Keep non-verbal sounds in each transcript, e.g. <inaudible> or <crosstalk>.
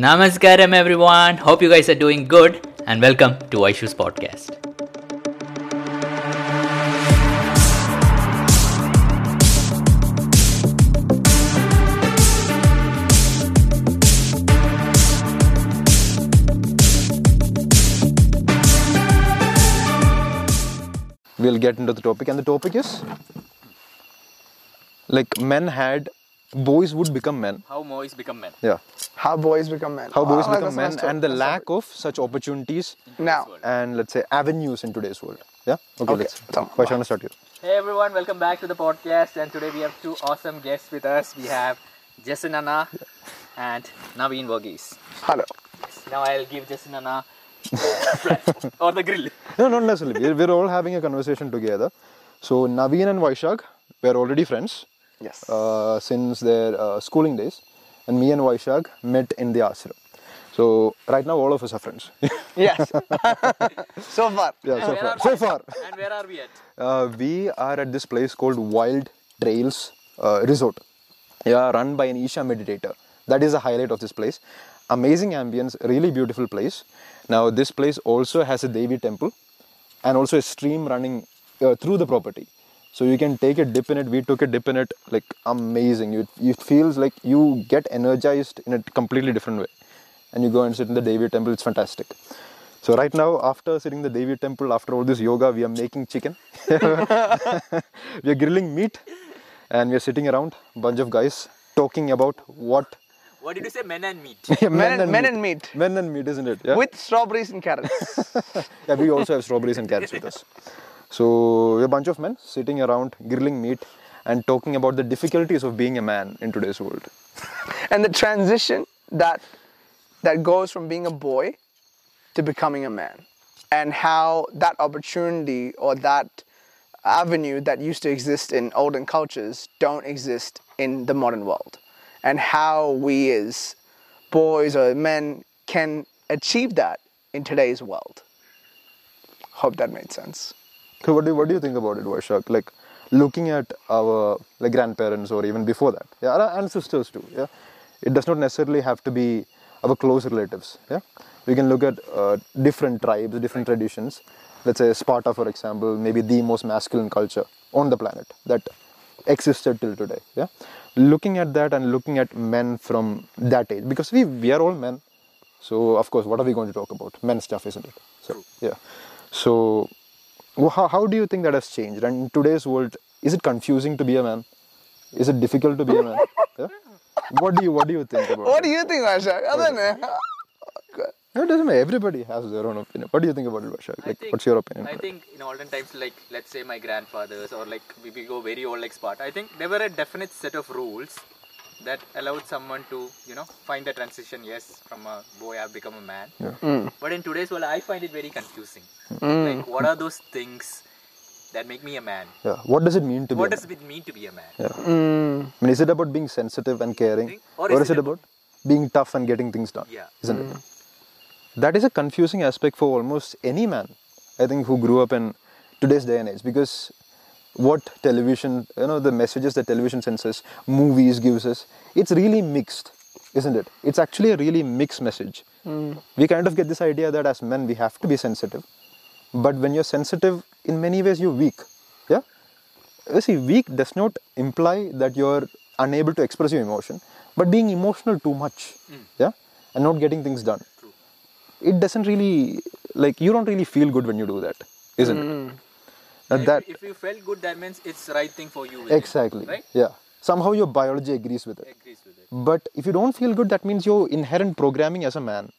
Namaskaram, everyone. Hope you guys are doing good, and welcome to Aishu's podcast. we'll get into the topic and the topic is like men had boys would become men How boys become men? yeah How boys become men. how boys become Wow, Ah, that's a men nice and the topic. lack of such opportunities Now, and let's say avenues in today's world yeah okay, let's Tom. Vaishana, start you Hey everyone, welcome back to the podcast. And today we have two awesome guests with us. We have Jason Anna and Naveen Verghese. hello. Now I'll give Jason Anna uh, <laughs> or the grill. no not necessarily we're, we're all having a conversation together so naveen and vaishak were already friends Yes. uh, since their uh, schooling days and me and vaishak met in the ashram so right now all of us are friends <laughs> yes. so far. yeah so where far are so we? far And where are we at? Uh, we are at this place called Wild Trails uh, Resort. Yeah, run by an Isha meditator. That is the highlight of this place. Amazing ambience, really beautiful place. Now, this place also has a Devi temple and also a stream running uh, through the property. So you can take a dip in it. We took a dip in it, like amazing. It, it feels like you get energized in a completely different way. And you go and sit in the Devi temple, it's fantastic. So right now, after sitting in the Devi temple, after all this yoga, we are making chicken. we are grilling meat, and we are sitting around, bunch of guys talking about what What did you say? Men and <laughs> meat. Men and- men and meat. men and meat, isn't it? Yeah. With strawberries and carrots. yeah, we also have strawberries and carrots with us. So we're a bunch of men sitting around, grilling meat, and talking about the difficulties of being a man in today's world. and the transition that that goes from being a boy to becoming a man. And how that opportunity or that avenue that used to exist in olden cultures don't exist in the modern world. And how we as boys or men can achieve that in today's world. Hope that made sense. So what do what do you think about it, Vaishak? Like looking at our like grandparents or even before that, yeah, and our ancestors too. Yeah, it does not necessarily have to be our close relatives. Yeah, we can look at uh, different tribes, different traditions. Let's say Sparta, for example, maybe the most masculine culture on the planet that existed till today. Yeah, looking at that and looking at men from that age because we we are all men. So of course, what are we going to talk about? Men stuff, isn't it? So yeah. So well, how, how do you think that has changed? And in today's world, is it confusing to be a man? Is it difficult to be a <laughs> man? Yeah? What do you What do you think about? it? What do you think, Ashok? Other than No, it doesn't matter. Everybody has their own opinion. What do you think about it, Vashak? I Like, think- what's your opinion? I on it? think in olden times, like let's say my grandfathers or like we, we go very old like Sparta, I think there were a definite set of rules that allowed someone to you know find the transition. Yes, from a boy I've become a man. But in today's world, I find it very confusing. Like what are those things that make me a man? Yeah. What does it mean to What be? a does it mean to be a man? man? I mean, is it about being sensitive and caring, Think- or is is it it about being tough and getting things done? Yeah. Isn't it? that is a confusing aspect for almost any man i think who grew up in today's day and age because what television you know the messages that television sends us movies gives us it's really mixed isn't it it's actually a really mixed message we kind of get this idea that as men we have to be sensitive but when you're sensitive in many ways you're weak yeah you see weak does not imply that you're unable to express your emotion but being emotional too much yeah and not getting things done it doesn't really like you don't really feel good when you do that isn't it Now If, that if you felt good, that means it's the right thing for you. within, exactly Right. yeah somehow your biology agrees with it Agrees with it. but if you don't feel good that means your inherent programming as a man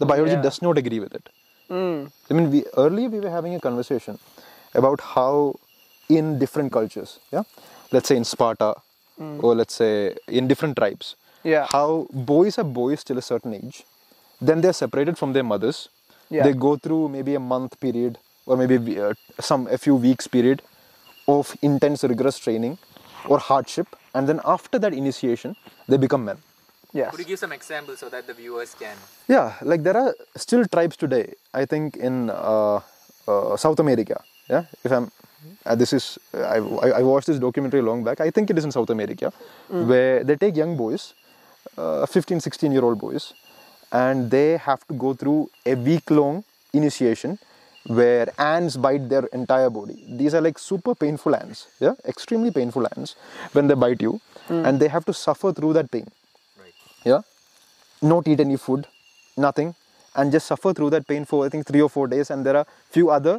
the biology does not agree with it Hmm. i mean we earlier we were having a conversation about how in different cultures yeah let's say in sparta Hmm. or let's say in different tribes Yeah. how boys are boys till a certain age then they're separated from their mothers Yeah. they go through maybe a month period or maybe uh, some a few weeks period of intense rigorous training or hardship and then after that initiation they become men Yes. Could you give some examples so that the viewers can? yeah like there are still tribes today i think in uh, uh, south america yeah if i'm uh, this is I, I I watched this documentary long back i think it is in south america where they take young boys uh, 15 16 year old boys and they have to go through a week long initiation where ants bite their entire body. These are like super painful ants, yeah, extremely painful ants when they bite you, and they have to suffer through that pain. Yeah, not eat any food, nothing, and just suffer through that pain for I think three or four days. And there are few other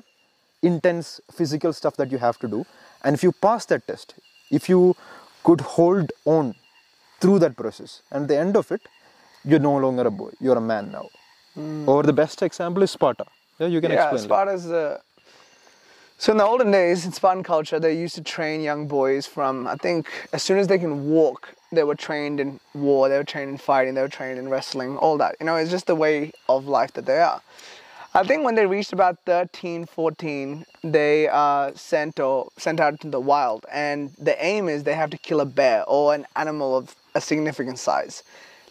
intense physical stuff that you have to do. And if you pass that test, if you could hold on through that process, and at the end of it, you're no longer a boy, you're a man now. Or the best example is Sparta. Yeah, you can yeah, explain. that. Sparta's the. So in the olden days, in Spartan culture, they used to train young boys from I think as soon as they can walk, they were trained in war, they were trained in fighting, they were trained in wrestling, all that. You know, it's just the way of life that they are. I think when they reached about 13, 14, they are sent or sent out into the wild, and the aim is they have to kill a bear or an animal of a significant size.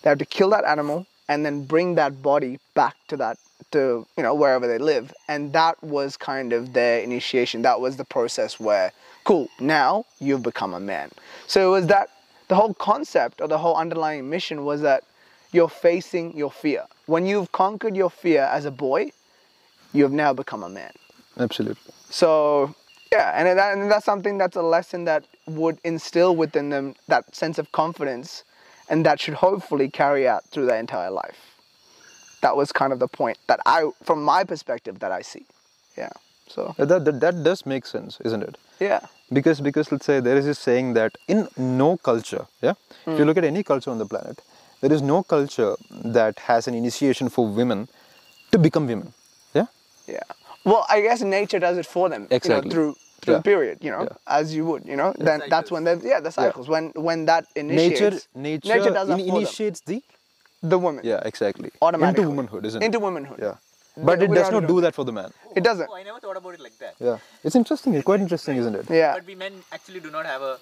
They have to kill that animal and then bring that body back to that to you know wherever they live and that was kind of their initiation that was the process where cool now you've become a man so it was that the whole concept or the whole underlying mission was that you're facing your fear when you've conquered your fear as a boy you've now become a man Absolutely. so yeah, and that and that's something that's a lesson that would instill within them that sense of confidence, and that should hopefully carry out through their entire life. That was kind of the point that I, from my perspective, that I see. Yeah. So That, that, that does make sense, isn't it? yeah, because because let's say there is this saying that in no culture yeah Hmm. if you look at any culture on the planet there is no culture that has an initiation for women to become women yeah yeah. Well, I guess nature does it for them. Exactly. You know, through through Yeah. period, you know, Yeah. as you would, you know. then that's when they yeah the cycles when when that initiates nature nature, does in- that for them. initiates the the woman yeah exactly automatically into womanhood isn't into it womanhood yeah but We- it we does already not know do that for the man it doesn't Oh, I never thought about it like that. yeah it's interesting it's quite interesting isn't it yeah But we men actually do not have a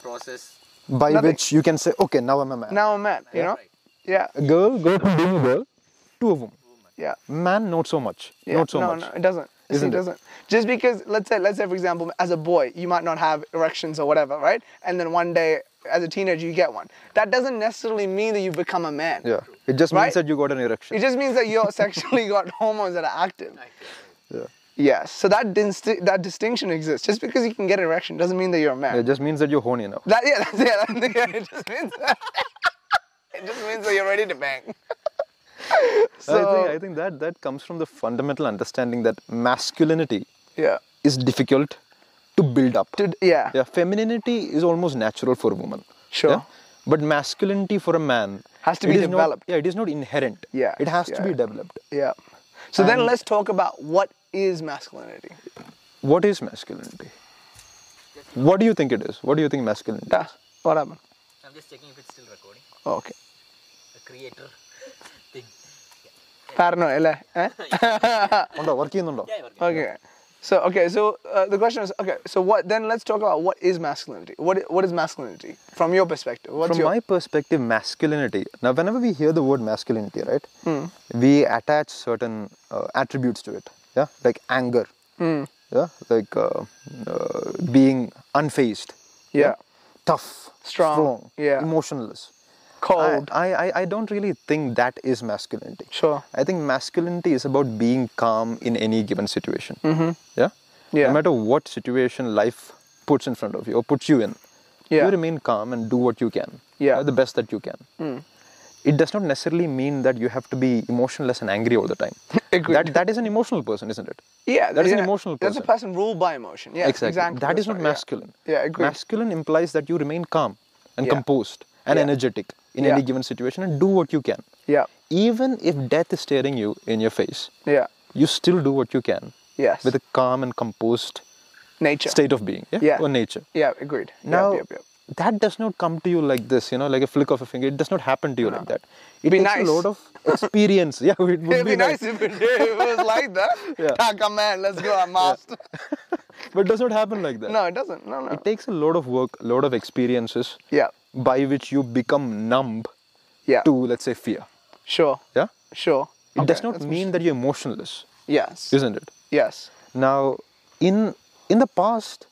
process. by Nothing. which you can say okay now i'm a man now a man, you know? Right. Yeah, a girl go from being a girl to a woman yeah. man not so much yeah. not so no, much No, it doesn't. See, Isn't it it? doesn't. Just because, let's say, let's say for example, as a boy, you might not have erections or whatever, right? And then one day, as a teenager, you get one. That doesn't necessarily mean that you become a man. yeah it just means Right? that you got an erection It just means that you're <laughs> sexually got hormones that are active. yeah Yes. So that dinsti- that distinction exists. Just because you can get an erection doesn't mean that you're a man. It just means that you're horny now. That yeah, <laughs> that's, yeah, that, yeah. It just means that. <laughs> it just means that you're ready to bang. <laughs> I, think, so I think that that comes from the fundamental understanding that masculinity yeah, is difficult to build up. Dude, yeah. yeah, femininity is almost natural for a woman. Sure. yeah? But masculinity for a man Has to it be is not- developed. yeah, it is not inherent. Yeah, It has to yeah. be developed. Yeah. So then And- let's talk about what is masculinity. What is masculinity? What do you think it is? What do you think masculinity Yeah. is? What happened? Oh, I'm just checking if it's still recording. Okay. The creator thing. Paranoid, இல்ல? <laughs> Eh? ഉണ്ടോ? Work ചെയ്യുന്നുണ്ടോ? Yeah, Varghese. Okay. So okay, so uh, the question is okay. So what? Then let's talk about what is masculinity. What i- what is masculinity from your perspective? What's From your my perspective, masculinity. Now, whenever we hear the word masculinity, right, Hmm. we attach certain uh, attributes to it. Yeah, like anger. Hmm. Yeah, like uh, uh, being unfazed, yeah tough, Strong, yeah. emotionless. cold? I, I, I- I don't really think that is masculinity. Sure. I think masculinity is about being calm in any given situation. Yeah. Mm-hmm. Yeah. No matter what situation life puts in front of you or puts you in, Yeah. you remain calm and do what you can. Yeah. Mm. The best that you can. It does not necessarily mean that you have to be emotionless and angry all the time. <laughs> Agreed. That that is an emotional person, isn't it? yeah, that is an yeah, emotional That's a person. person ruled by emotion. Yeah, exactly. That that's is not right, yeah. masculine. Yeah, agreed. Masculine implies that you remain calm and Yeah. composed and Yeah. energetic in Yeah. any given situation and do what you can. Yeah, Even if death is staring you in your face, yeah, you still do what you can yes. with a calm and composed nature. state of being yeah? Yeah. or nature. Yeah, agreed. Yep, Now, yep, yep. that does not come to you like this, you know, like a flick of a finger. It does not happen to you like that. It Be takes nice. a lot of <laughs> experience. yeah, it would It'd be nice if it, if it was like that. <laughs> Yeah. Ah, come on, let's go. I'm master. But it does not happen like that. No, it doesn't. No, no. It takes a lot of work, a lot of experiences yeah, by which you become numb yeah. to, let's say, fear. Sure. Yeah? Sure. It does Okay, not that's- mean that you're emotionless, Yes. isn't it? Yes. Now, in in the past,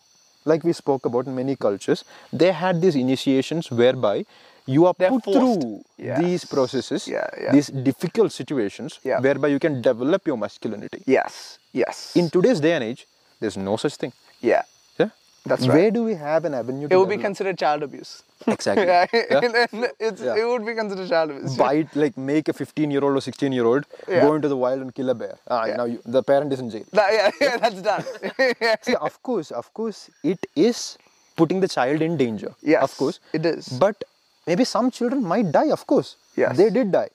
like we spoke about in many cultures, they had these initiations whereby you are They're put forced. through Yeah. these processes, Yeah, yeah. these difficult situations, Yeah. whereby you can develop your masculinity. Yes. Yes. In today's day and age, there's no such thing. yeah. Yeah, That's Where right. do we have an avenue? It to would be develop? considered child <laughs> abuse. <laughs> exactly. yeah. Yeah? <laughs> it's, Yeah. It would be considered child abuse. Bite like make a 15 year old or 16 year old Yeah. go into the wild and kill a bear. Ah, Yeah. now you, the parent is in jail. <laughs> That- yeah, <laughs> yeah, that's <laughs> done. See, of course, of course, it is putting the child in danger. Yes, of course, it is. But maybe some children might die. Of course, Yes. they did die.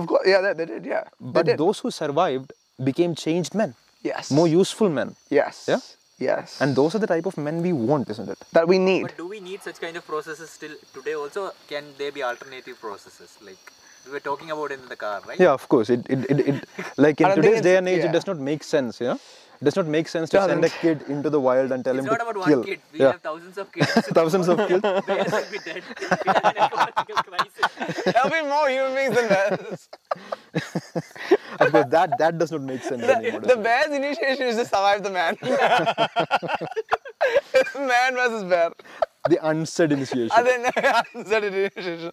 of course, yeah, they, they did, yeah. They But did. those who survived became changed men. Yes. More useful men. Yes. Yeah? Yes. And those are the type of men we want, isn't it? that we need. But do we need such kind of processes still today? Also, can they be alternative processes like we were talking about in the car, right? Yeah, of course. It, it, it, it like I in don't think today's it's- day and age, yeah. it does not make sense. Yeah, it does not make sense to send a kid into the wild and tell It's him not to about kill. one kid. We yeah, have thousands of kids. <laughs> thousands of kids. Bears will be dead. We have an ecological crisis. There'll be more human beings than bears. Of course, that that does not make <laughs> sense anymore. <laughs> the does it? bear's initiation is to survive the <laughs> man. <laughs> It's man versus bear. The unsaid initiation. And then answered initiation.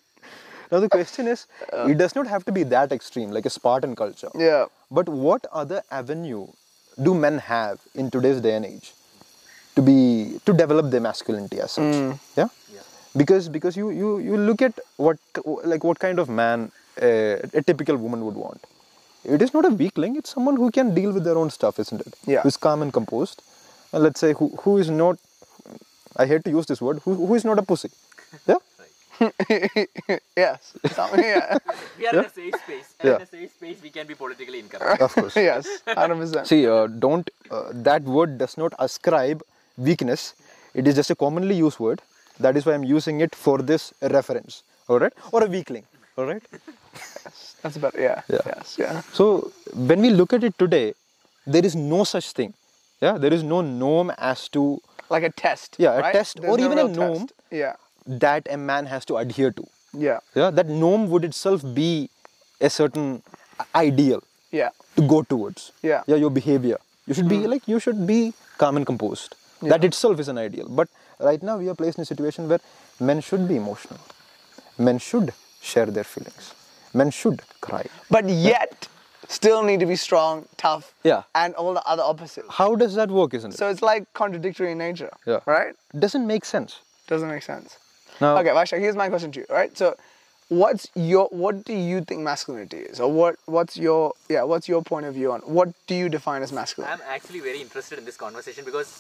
Now the question is, it does not have to be that extreme, like a Spartan culture. Uh, Yeah. <laughs> But what other avenue do men have in today's day and age to be to develop their masculinity as such? Mm. Yeah? Because because you, you you look at what k- like what kind of man a, a typical woman would want. It is not a weakling. It's someone who can deal with their own stuff, isn't it? Yeah. Who's calm and composed, and let's say who who is not. I hate to use this word. Who who is not a pussy? Yeah. yes. Something, yeah. We are in a safe space. And In Yeah. a safe space, we can be politically incorrect. <laughs> Of course. <laughs> yes. 100%. See, uh, don't uh, that word does not ascribe weakness. It is just a commonly used word. That is why I'm using it for this reference. All right, or a weakling. All right. That's better. Yeah. Yeah. Yes. Yeah. So when we look at it today, there is no such thing. Yeah, there is no norm as to Like a test. Yeah, a right? test There's or no even a real gnome. test. Yeah. that a man has to adhere to. Yeah. Yeah, that norm would itself be a certain ideal Yeah. to go towards. Yeah. Hmm. Yeah, your behavior. You should be like you should be calm and composed. That itself is an ideal. But right now we are placed in a situation where men should be emotional. Men should share their feelings. Men should cry. But yet, still need to be strong, tough, Yeah. and all the other opposites. How does that work, isn't it? So it's like contradictory in nature. Yeah. Right? Doesn't make sense. Doesn't make sense. Now Okay, Vaishak, here's my question to you. Right? So, what's your what do you think masculinity is, or what what's your yeah what's your point of view on what do you define as masculine? I'm actually very interested in this conversation because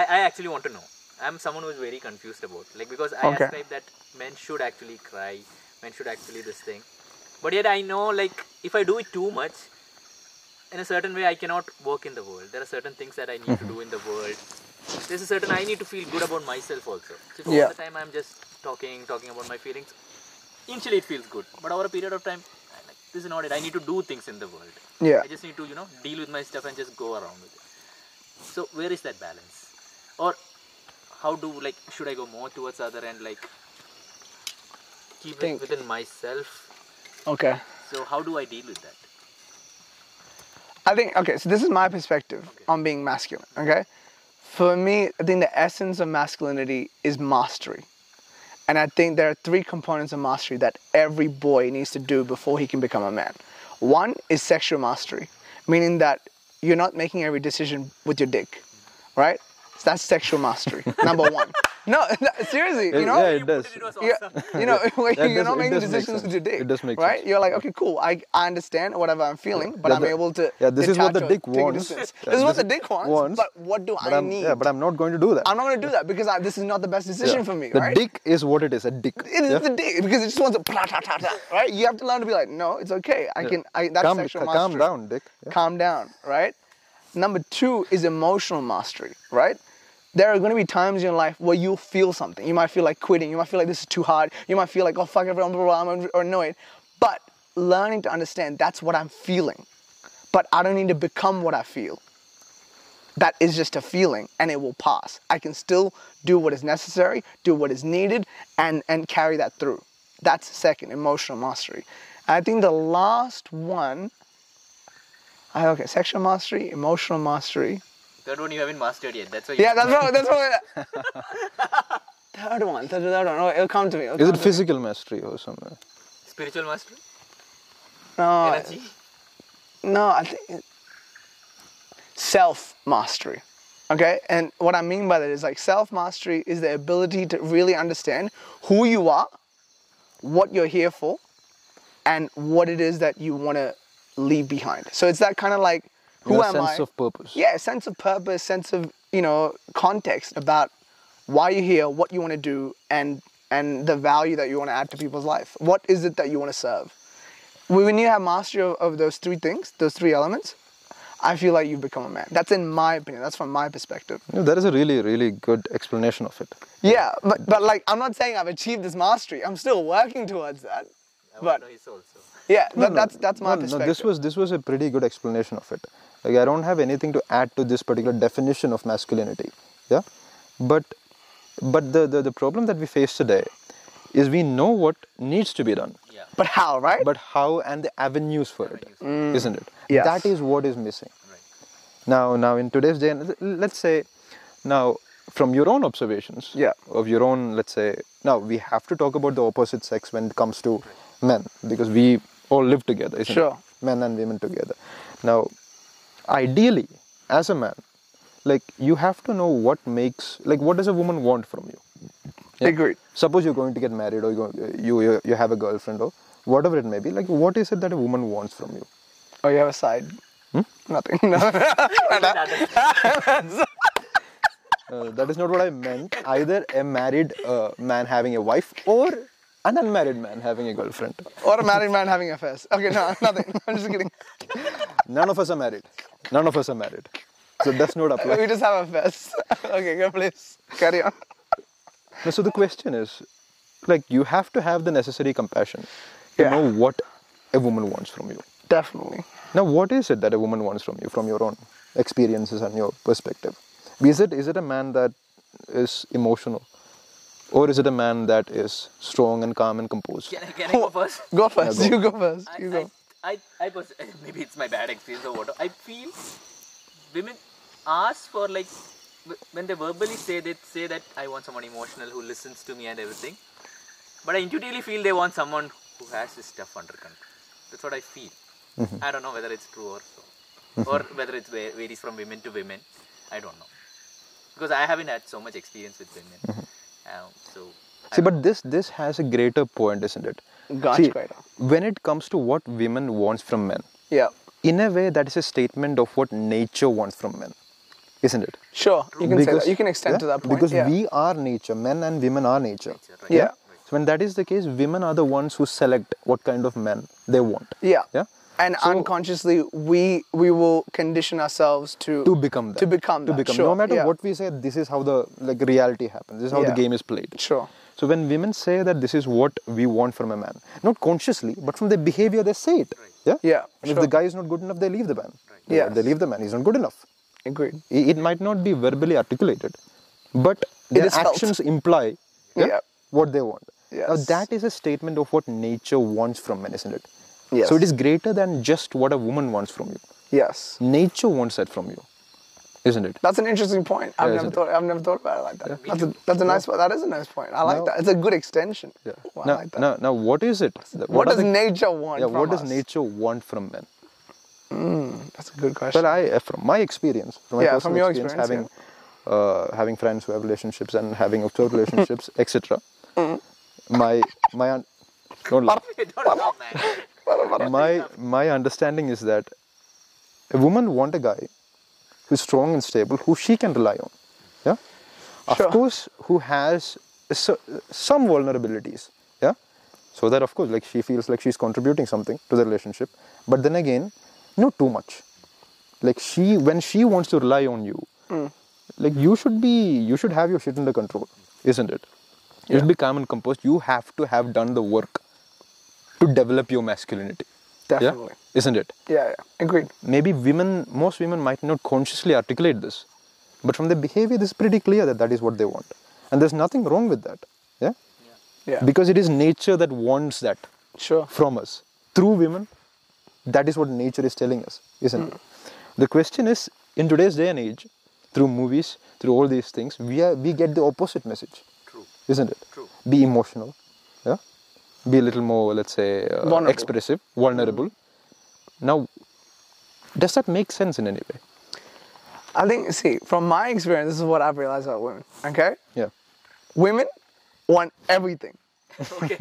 I, I actually want to know. I'm someone who's very confused about like because I Okay. ascribe that men should actually cry, men should actually this thing, but yet I know like if I do it too much, in a certain way I cannot work in the world. There are certain things that I need to Mm-hmm. do in the world. There's a certain I need to feel good about myself also. So if Yeah. all the time I'm just talking, talking about my feelings, initially it feels good, but over a period of time, I'm like, this is not it. I need to do things in the world. Yeah. I just need to, you know, deal with my stuff and just go around with it. So where is that balance? Or how do like should I go more towards the other end, like keep Think. it within myself? Okay. So how do I deal with that? I think okay, so this is my perspective on being masculine, okay? For me, I think the essence of masculinity is mastery. And I think there are three components of mastery that every boy needs to do before he can become a man. One is sexual mastery, meaning that you're not making every decision with your dick, right? So that's sexual <laughs> mastery, number one. No, <laughs> seriously, you know? yeah, it does. It was Yeah, you know, <laughs> where That you're does- not <laughs> it making does make decisions with sense. your dick. It does make right? sense. You're like, okay, cool. I, I understand whatever I'm feeling, but Yeah, I'm the- able to. yeah, this is what detach the or dick take a wants. distance. Yeah, this is what the this- dick wants. wants, But what do But I I'm, need? yeah, but I'm not going to do that. I'm not going to do that because I, this is not the best decision Yeah. for me, The right? dick is what it is, a dick. It is Yeah? the dick because it just wants to <laughs> pra- ta- ta- ta, right? You have to learn to be like, no, it's okay. I can. I, that's calm, sexual ca- mastery calm down, dick. Yeah. calm down, right? Number two is emotional mastery, right? There are going to be times in your life where you'll feel something. You might feel like quitting. You might feel like this is too hard. You might feel like, oh, fuck everyone, blah, blah, blah, I'm un- or annoyed. But learning to understand that's what I'm feeling. But I don't need to become what I feel. That is just a feeling and it will pass. I can still do what is necessary, do what is needed, and, and carry that through. That's second, emotional mastery. I think the last one I, okay, sexual mastery, emotional mastery. Third one you haven't mastered yet. That's why. You Yeah, that's what. That's what. third one, third, third one. Oh, it'll come to me. it'll Is come it to me. physical mastery or something? Spiritual mastery? No, Energy? No, I think it- self mastery. Okay, and what I mean by that is like self mastery is the ability to really understand who you are, what you're here for, and what it is that you want to leave behind. So it's that kind of like who Your am sense I? of purpose. Yeah, sense of purpose, sense of you know context about why you're here, what you want to do, and and the value that you want to add to people's life. What is it that you want to serve? When when you have mastery of, of those three things, those three elements, I feel like you've become a man. That's in my opinion. That's from my perspective. No, that is a really, really good explanation of it. Yeah, but but like I'm not saying I've achieved this mastery. I'm still working towards that. But <laughs> No, he's also. yeah, No, but no, that's that's my no, No, perspective. this was this was a pretty good explanation of it. Like I don't have anything to add to this particular definition of masculinity. Yeah, but but the the, the problem that we face today is we know what needs to be done, Yeah. but how, right? Mm. but how and the avenues for it, not it? Yes. That is what is missing. Right. Now, now in today's day, and let's say, now from your own observations, Yeah. of your own, let's say, now we have to talk about the opposite sex when it comes to men because we all live together, isn't Sure. it? Men and women together. Now, ideally, as a man, like you have to know what makes, like, what does a woman want from you? Yeah. Agreed. Suppose you're going to get married or you're going, you, you you have a girlfriend or whatever it may be. Like, what is it that a woman wants from you? Oh, you have a side. Hmm? Nothing. <laughs> No. Uh, that is not what I meant. Either a married uh, man having a wife or an unmarried man having a girlfriend. or a married man having affairs. Okay, no, <laughs> nothing. I'm just kidding. None of us are married. None of us are married. So that's not <laughs> We apply. just have affairs. <laughs> okay, go please. Carry on. No, so the question is, like, you have to have the necessary compassion to Yeah. know what a woman wants from you. Definitely. Now, what is it that a woman wants from you, from your own experiences and your perspective? Is it is it a man that is emotional, or is it a man that is strong and calm and composed? Can I, can I <laughs> go first? Go first. Yeah, go. You go first. I, You go. I, I, I was, <laughs> maybe it's my bad experience or whatever. I feel women ask for like wh- when they verbally say they say that I want someone emotional who listens to me and everything, but I intuitively feel they want someone who has his stuff under control. That's what I feel. Mm-hmm. I don't know whether it's true or so, or whether it va- varies from women to women. I don't know because I haven't had so much experience with women. Mm-hmm. Um, so <laughs> I See, but this this has a greater point, isn't it? Gosh, See, greater. when it comes to what women wants from men, Yeah. in a way that is a statement of what nature wants from men, isn't it? Sure. You can say that. You can extend yeah, to that point. Because yeah. we are nature, men and women are nature. Nature, right. Yeah. Yeah. So when that is the case, women are the ones who select what kind of men they want. Yeah. Yeah. And So- unconsciously, we we will condition ourselves to To become that. to become to that. become. Sure. No matter yeah. what we say, this is how the like reality happens. This is how the Yeah. game is played. Sure. So when women say that this is what we want from a man, not consciously, but from their behavior, they say it. Yeah. Yeah, And if sure. the guy is not good enough, they leave the man. They- Yes. They leave the man. He's not good enough. Agreed. I- It might not be verbally articulated, but their is felt. actions imply Yeah. what they want. Now Yes. that is a statement of what nature wants from men, isn't it? Yes. So it is greater than just what a woman wants from you. Yes. Nature wants that from you, isn't it? That's an interesting point. I've Yeah, never isn't it? thought. I've never thought about it like that. That's a that's a nice. point. That is a nice point. I like Now- that. It's a good extension. Yeah. Wow, now, I like that. now, now, what is it? that- are what, does the- nature want? Yeah, from what does us? nature want from men? That's a good question. Well, I uh, from my experience, from my Yeah, personal from your experience, having experience, uh, having friends who have relationships and having observed <laughs> relationships, etc. Mm. My my un- don't laugh. don't know, man. my my understanding is that a woman want a guy who's strong and stable, who she can rely on. Yeah, Sure. of course, who has so, some vulnerabilities. Yeah, so that of course, like she feels like she's contributing something to the relationship, but then again, not too much. Like she, when she wants to rely on you, like you should be, you should have your shit under control, isn't it? You should be calm and composed. You have to have done the work to develop your masculinity. Yeah? Definitely. Isn't it? Yeah, yeah. Agreed. Maybe women, most women might not consciously articulate this, but from their behavior, this is pretty clear that that is what they want. And there's nothing wrong with that. Yeah? Yeah. Because it is nature that wants that sure. from us through women. That is what nature is telling us, isn't it? Hmm. The question is in today's day and age, through movies, through all these things, we, are, we get the opposite message. True. isn't it? True. Be emotional, yeah. Be a little more, let's say, uh, Vulnerable. Hmm. expressive, vulnerable. Now, does that make sense in any way? I think, see, from my experience, this is what I've realized about women. Okay, Yeah. women want everything.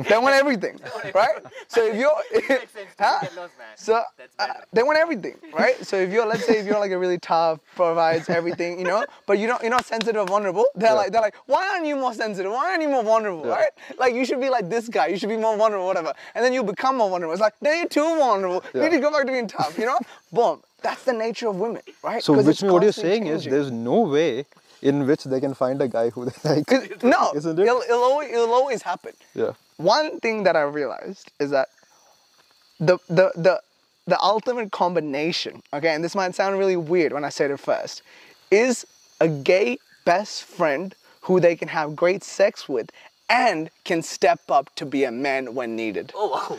they want everything, right? So if <laughs> you're, Makes sense to huh? get lost, man. so That's uh, better. they want everything, right? So if you're, let's say, if you're like a really tough, provides everything, you know, but you don't, you're not sensitive or vulnerable. They're like, they're like, why aren't you more sensitive? Why aren't you more vulnerable, right? Like you should be like this guy. You should be more vulnerable, whatever. And then you become more vulnerable. It's like then you're too vulnerable. You Yeah. need to go back to being tough, you know? Boom. That's the nature of women, right? So, 'Cause which it's means what you're constantly saying changing. is there's no way in which they can find a guy who they <laughs> like. It- no, Isn't it? it'll, it'll, always, it'll always happen. Yeah. One thing that I realized is that the, the, the, the ultimate combination, okay, and this might sound really weird when I say it at first, is a gay best friend who they can have great sex with and can step up to be a man when needed. Oh wow.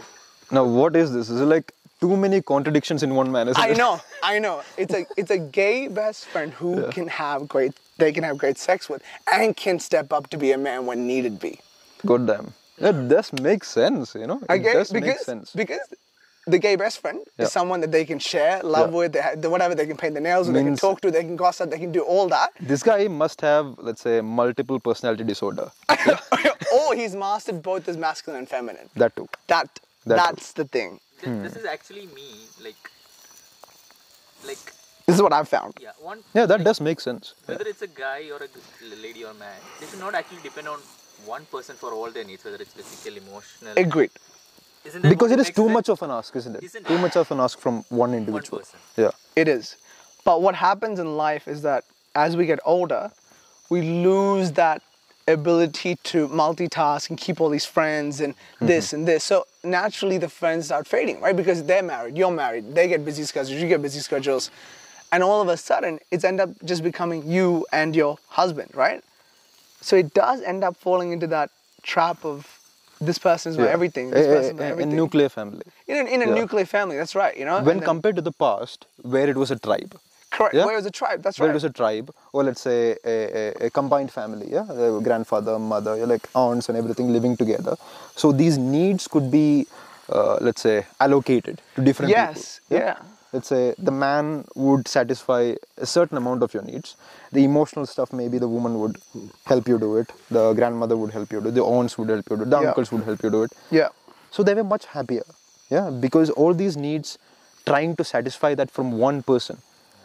Now, what is this? Is it like too many contradictions in one man? Isn't I it? <laughs> know, I know. It's a it's a gay best friend who can have great they can have great sex with and can step up to be a man when needed be. God damn. It does make sense, you know? It Okay, does because make sense. because the gay best friend Yeah. is someone that they can share love Yeah. with, they ha- the- whatever they can paint their nails, with, they can Means- talk to, they can gossip, they can do all that. <laughs> This guy must have, let's say, multiple personality disorder. or he's mastered both as masculine and feminine. That too. That, That- that's the thing. Th- Hmm. This is actually me. Like, like This is what I've found. yeah. One Yeah, that does make sense. whether it's a guy or a g- lady or man, they should not actually depend on one person for all their needs, whether it's physical, emotional. Agreed. Isn't that Because what it is makes too sense? much of an ask, isn't it? Isn't too it? much of an ask from one individual. person. yeah. It is. But what happens in life is that as we get older, we lose that ability to multitask and keep all these friends and Mm-hmm. this and this. So naturally, the friends start fading, right? Because they're married, you're married, they get busy schedules, you get busy schedules. And all of a sudden, it's end up just becoming you and your husband, right? So it does end up falling into that trap of this person's my Yeah. Eh, everything, A- this a- person's my a- a everything. nuclear family. in a, in a Yeah. nuclear family, that's right, you know? When And then- compared to the past, where it was a tribe. correct, yeah? where is the tribe? That's where right. it was a tribe, or let's say a, a, a combined family, yeah, a grandfather, mother, yeah, like aunts and everything living together. So these needs could be, uh, let's say, allocated to different Yes, people. yeah. Let's say the man would satisfy a certain amount of your needs. The emotional stuff, maybe the woman would help you do it. The grandmother would help you do it. The aunts would help you do it. The Yeah. uncles would help you do it. yeah. So they were much happier, yeah, because all these needs, trying to satisfy that from one person.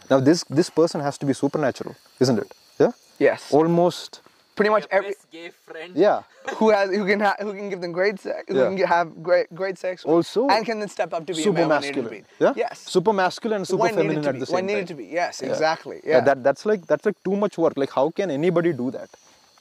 Now this this person has to be supernatural, isn't it? Yeah. Yes. Almost. pretty much every Best gay friend. Yeah. <laughs> who has who can ha- who can give them great sex, who Yeah. can get, have great great sex with, Also, and can then step up to be a super man when needed to masculine. be. Yeah. Yes. Super masculine and super when feminine needed to at be. the same when time. needed to be. Yes. Yeah. Exactly. Yeah. Yeah, That that's like that's like too much work. Like how can anybody do that?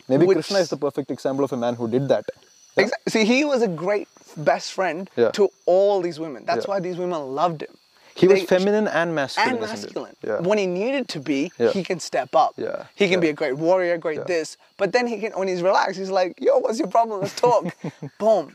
Maybe Which- Krishna is the perfect example of a man who did that. Yeah. Exactly. See, he was a great best friend Yeah. to all these women. That's Yeah. why these women loved him. He was They- feminine and masculine. and isn't it? masculine. Yeah. When he needed to be, Yeah. he can step up. Yeah, He can yeah. be a great warrior, great this. But then he can, when he's relaxed, he's like, "Yo, what's your problem? Let's <laughs> talk." Boom.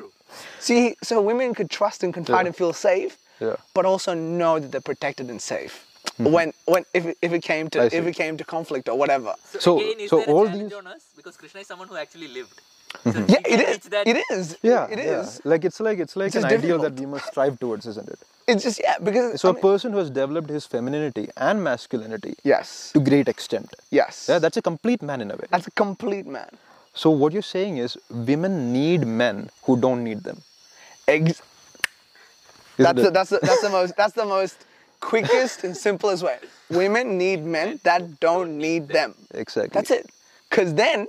See, so women could trust and confide Yeah. and feel safe, Yeah. Mm-hmm. but also know that they're protected and safe. When, when, if, if it came to, I if see. it came to conflict or whatever. So- again, is so there a all challenge these- Mm-hmm. on us? Because Krishna is someone who actually lived. Yeah, it teach is. that- It is. Yeah, It yeah. is. Like it's like it's like This an is ideal difficult. that we must strive towards, isn't it? It's just yeah, because So I a mean- person who has developed his femininity and masculinity yes, to great extent. yes. Yeah, that's a complete man in a way. that's a complete man. So what you're saying is women need men who don't need them. Ex- isn't That's the, it? that's the, that's the most that's the most quickest and simplest way. Women need men that don't need them. Exactly. That's it. Cause then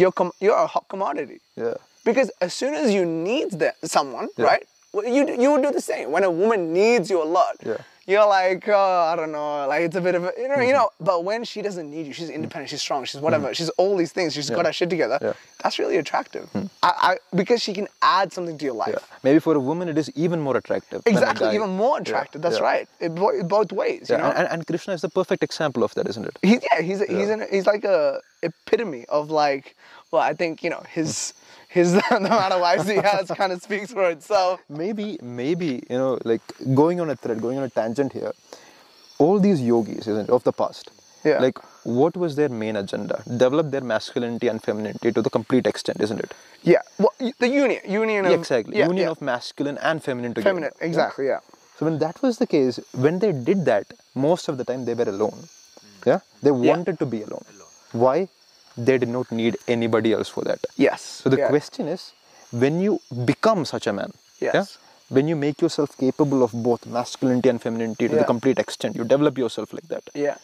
you're com- you're a hot commodity. Yeah. Because as soon as you need the, someone, Yeah. right? Well, you you would do the same. When a woman needs you a lot, Yeah. Mm-hmm. you're like, oh, I don't know, like it's a bit of a, you know, you know. But when she doesn't need you, she's independent, she's strong, she's whatever, she's all these things. She's got her shit together. Yeah. Hmm. That's really attractive. I, I because she can add something to your life. Yeah. Maybe for a woman it is even more attractive. than a Exactly, guy. even more Yeah, attractive. That's yeah. right. It, bo- it both ways, Yeah, you know. and, and Krishna is the perfect example of that, isn't it? he's yeah, he's a, he's an, he's like a epitome of like. Well, I think you know Hmm. his his <laughs> the amount of wives he has kind of speaks for itself. maybe maybe you know like going on a thread going on a tangent here all these yogis isn't it, of the past Yeah. Like, what was their main agenda? Develop their masculinity and femininity to the complete extent, isn't it? Yeah. Well, y- the union. Union of. exactly. Um, Yeah, Union yeah. of masculine and feminine together. Feminine. Exactly. Yeah. So when that was the case, when they did that, most of the time they were alone. Yeah, they wanted to be alone. Why? They did not need anybody else for that. Yes. So the yeah. question is, when you become such a man, Yes. when you make yourself capable of both masculinity and femininity to the Yeah. complete extent, you develop yourself like that. Yeah.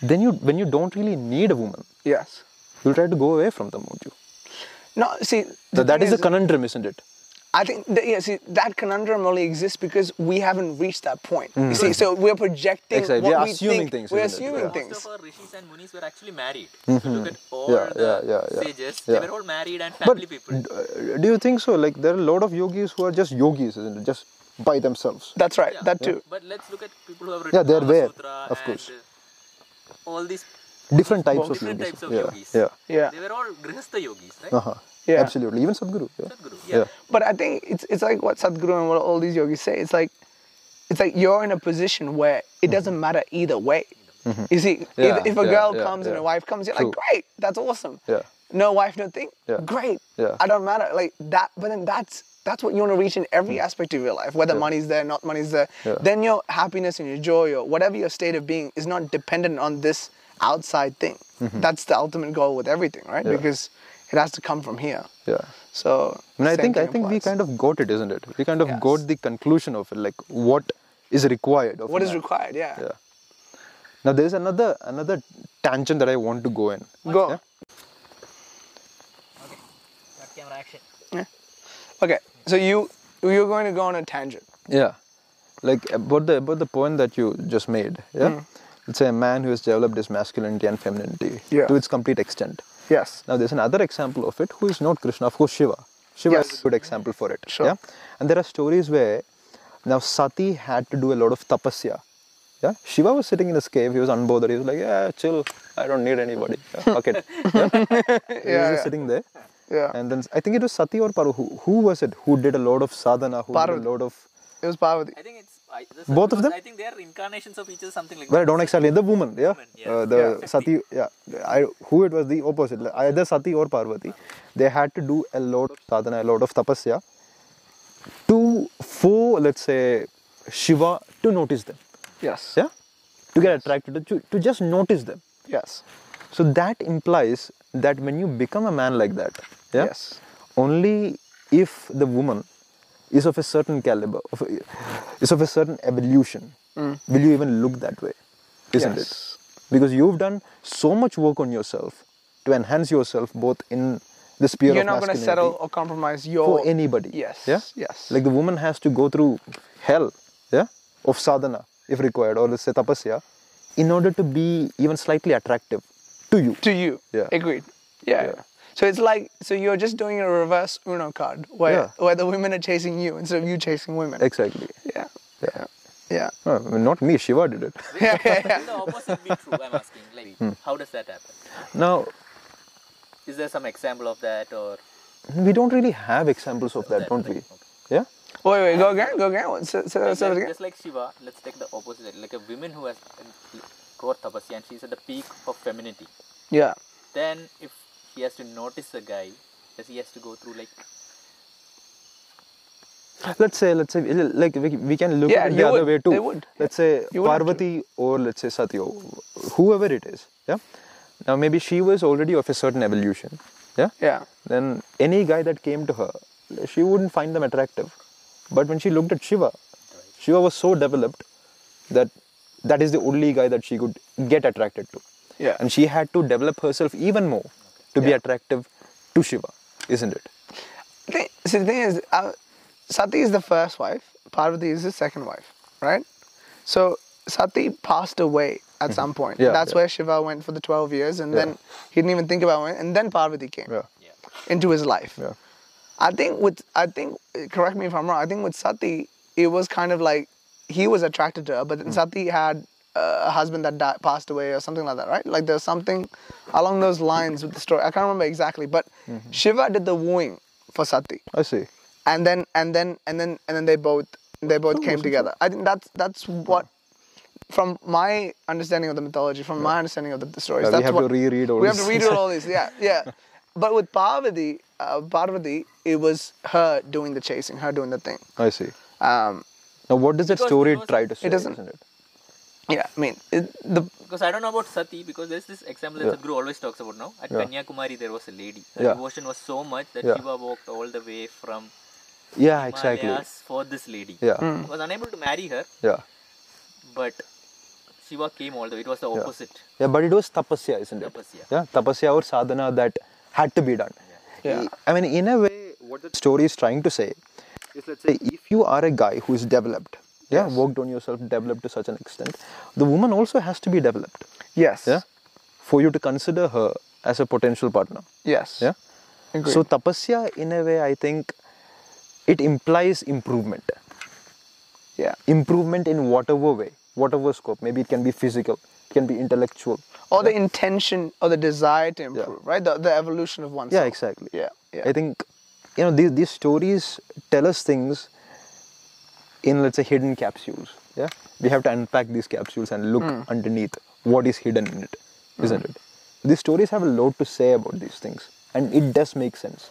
Then you, when you don't really need a woman, Yes. you try to go away from them, won't you? No. See. So that thing is the conundrum, isn't it? I think that, yeah, see, that conundrum only exists because we haven't reached that point. You see, so we're projecting Hmm. Exactly, what we're we assuming think. things, We're isn't it? assuming Yeah. things. Most of our rishis and munis were actually married. If you look at all Mm-hmm. Yeah, the yeah, yeah, yeah. sages, Yeah. they were all married and But family people. d- uh, do you think so? Like there are a lot of yogis who are just yogis, isn't it? Just by themselves. That's right. Yeah. That too. But let's look at people who have written Yeah, they're Kama there, Sutra of and, course. uh, all these Different types of different yogis. types of yeah. yogis. Yeah. Yeah. They were all grihastha yogis, right? Uh-huh. Yeah. Absolutely. Even Sadhguru. Yeah. Sadhguru. Yeah. yeah. But I think it's it's like what Sadhguru and what all these yogis say. It's like it's like you're in a position where it doesn't matter either way. You see, Mm-hmm. Yeah, if, if a yeah, girl yeah, comes and a yeah. wife comes, you're like, True. great, that's awesome. Yeah. No wife, no thing. Yeah. Great. Yeah. I don't matter. Like that. But then that's that's what you want to reach in every aspect of your life, whether money's there, not money's there. Mm. Yeah. Then your happiness and your joy or whatever your state of being is not dependent on this outside thing. That's the ultimate goal with everything, right? Mm-hmm. Yeah. Because it has to come from here. Yeah. So I mean, I same think thing I think we applies. kind of got it, isn't it? We kind of Yes. got the conclusion of it, like what is required of what a is man. required. Yeah. Yeah. Now there is another another tangent that I want to go in. Go. Yeah? Not camera action. Okay. So you you're going to go on a tangent. Yeah, like about the about the point that you just made. Yeah, Hmm. let's say a man who has developed his masculinity and femininity Yeah. to its complete extent. Yes. Now there's another example of it. Who is not Krishna? Of course, Shiva. Shiva Yes. is a good example for it. Sure. Yeah, and there are stories where now Sati had to do a lot of tapasya. Yeah, Shiva was sitting in his cave. He was unbothered. He was like, "Yeah, chill. I don't need anybody. Yeah, <laughs> fuck it." Yeah? he was Yeah, yeah. just sitting there. Yeah. And then I think it was Sati or Paru. Who, who was it? Who did a lot of sadhana? Who did Parvati. a lot of It was Parvati. I think it's I, the Both of Sadhgurus, them? I think they are incarnations of each other, something like Well, I that. don't exactly. The woman, yeah, yeah. Uh, the Yeah. Sati, yeah, I, who it was the opposite, like either Sati or Parvati. They had to do a lot of sadhana, a lot of tapasya, to for let's say Shiva to notice them, Yes. yeah, to get attracted to- to, to just notice them. Yes. So that implies that when you become a man like that, yeah, Yes. only if the woman is of a certain caliber, of a, is of a certain evolution, will you even look that way, isn't Mm. Yes. it? Because you've done so much work on yourself to enhance yourself both in the sphere You're of not going to masculinity settle or compromise your for anybody. Yes. Yeah. Yes. Like the woman has to go through hell, yeah, of sadhana if required, or let's say tapasya, in order to be even slightly attractive to you. to you. Yeah. Agreed. Yeah. Yeah. So it's like so you're just doing a reverse Uno card where Yeah. where the women are chasing you instead of you chasing women. Exactly. yeah. Yeah. Yeah. <laughs> No, I mean, not me. Shiva did it. Yeah. yeah, yeah. Will the opposite be true? I'm asking. Like, Hmm. how does that happen? now Is there some example of that or? we don't really have examples of that, don't we? Yeah. Wait, wait, go again, go again. So, so, Like, so like- again. just like Shiva, let's take the opposite. Like a woman who has um, core tapasya and she's at the peak of femininity. Yeah. Then if he has to notice a guy, does he has to go through like Let's say, let's say, like we, we can look Yeah, at it you the other would- way too. they would. Let's say You would have to. Parvati or let's say Satyo, whoever it is. Yeah. Now maybe she was already of a certain evolution. Yeah. Yeah. Then any guy that came to her, she wouldn't find them attractive. But when she looked at Shiva, Shiva was so developed that that is the only guy that she could get attracted to. Yeah. And she had to develop herself even more to be attractive to Shiva, isn't it? Thi- See, the thing is, uh, Sati is the first wife, Parvati is his second wife, right? So Sati passed away at some point. Yeah, That's yeah. where Shiva went for the 12 years, and then he didn't even think about it, and then Parvati came Yeah. into his life. Yeah. I think with, I think, correct me if I'm wrong, I think with Sati, it was kind of like he was attracted to her, but then Mm. Sati had a husband that died, passed away or something like that, right? Like there's something along those lines with the story. I can't remember exactly, but Mm-hmm. Shiva did the wooing for Sati I see. and Oh, then and then and then and then they both they both came together. I think that's that's what from my understanding of the mythology, from my understanding of the, the stories, Yeah, we that's have to what, reread all We have these to reread things. <laughs> all these. Yeah, yeah. But with Parvati, uh, Parvati, it was her doing the chasing, her doing the thing. I see. Um, Now, what does that Because story there was- try to say? doesn't- isn't it? yeah, I mean, it, the Because I don't know about Sati, because there's this example that Yeah. Sadhguru always talks about now. At Yeah. Kanyakumari, there was a lady. Her Yeah. devotion was so much that Yeah. Shiva walked all the way from Yeah, exactly. Himalayas for this lady. Yeah, He was unable to marry her, yeah, but Shiva came all the way. It was the opposite. yeah. But it was tapasya, isn't it? Tapasya. Yeah, tapasya or sadhana that had to be done. Yeah. I mean, in a way, what the story is trying to say is, let's say, if you are a guy who is developed, yeah, worked on yourself, developed to such an extent, the woman also has to be developed. yes, Yeah, for you to consider her as a potential partner. yes, Yeah. Agreed. So tapasya, in a way, I think it implies improvement. yeah. Improvement in whatever way, whatever scope. Maybe it can be physical, it can be intellectual. Or the intention or the desire to improve, right? The, the evolution of oneself. Yeah, exactly. Yeah, yeah. I think you know these these stories tell us things in let's say hidden capsules. Yeah, Mm. we have to unpack these capsules and look underneath what is hidden in it, not it? These stories have a lot to say about these things, and it does make sense.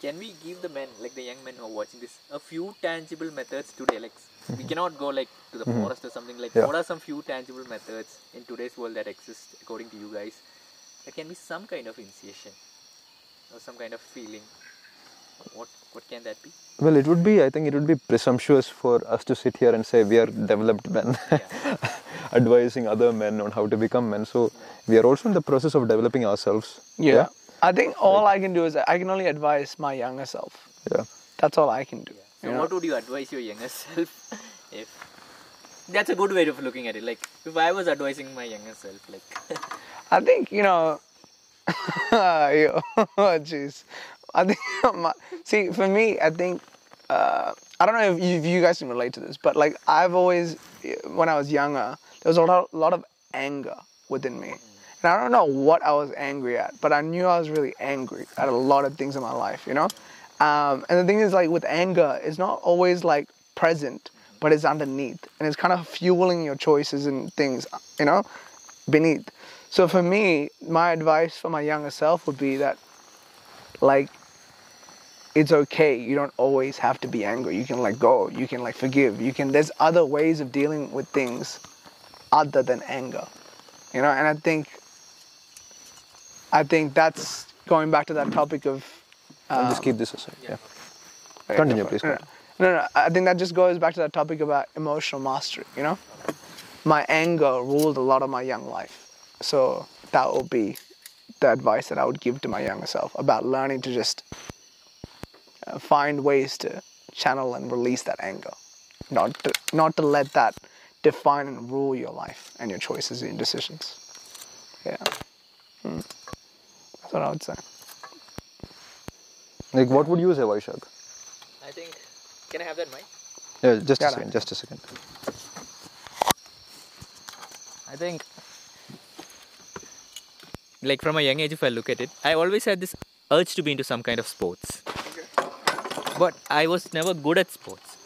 Can we give the men, like the young men who are watching this, a few tangible methods today? Like we cannot go like to the forest or something. Like Yeah. what are some few tangible methods in today's world that exist according to you guys? That can be some kind of initiation or some kind of feeling. What what can that be? Well, it would be I think it would be presumptuous for us to sit here and say we are developed men. <laughs> advising other men on how to become men so we are also in the process of developing ourselves Yeah. I think all I can do is I can only advise my younger self. yeah That's all I can do. So you know? what would you advise your younger <laughs> self if that's a good way of looking at it. Like if I was advising my younger self, like <laughs> I think you know. <laughs> yo, <laughs> jeez. I think <laughs> my, see for me, I think uh, I don't know if you, if you guys can relate to this, but like I've always, when I was younger, there was a lot, lot of anger within me, and I don't know what I was angry at, but I knew I was really angry at a lot of things in my life, you know. Um, and the thing is, like with anger, it's not always like present, but it's underneath, and it's kind of fueling your choices and things, you know beneath. So for me, my advice for my younger self would be that, like, it's okay. You don't always have to be angry. You can let go. You can like forgive. You can. There's other ways of dealing with things, other than anger, you know. And I think, I think that's going back to that topic of. i'll just keep this aside yeah, Continue, please, No, no, continue. no, no. I think that just goes back to that topic about emotional mastery. You know, my anger ruled a lot of my young life, so that would be the advice that I would give to my younger self about learning to just uh, find ways to channel and release that anger, not to, not to let that define and rule your life and your choices and decisions. Yeah, Hmm. that's what I would say. like what would you say vaishak I think can I have that mic? yeah just Yeah, a no. second just a second I think, like from a young age, if I look at it, I always had this urge to be into some kind of sports. But I was never good at sports.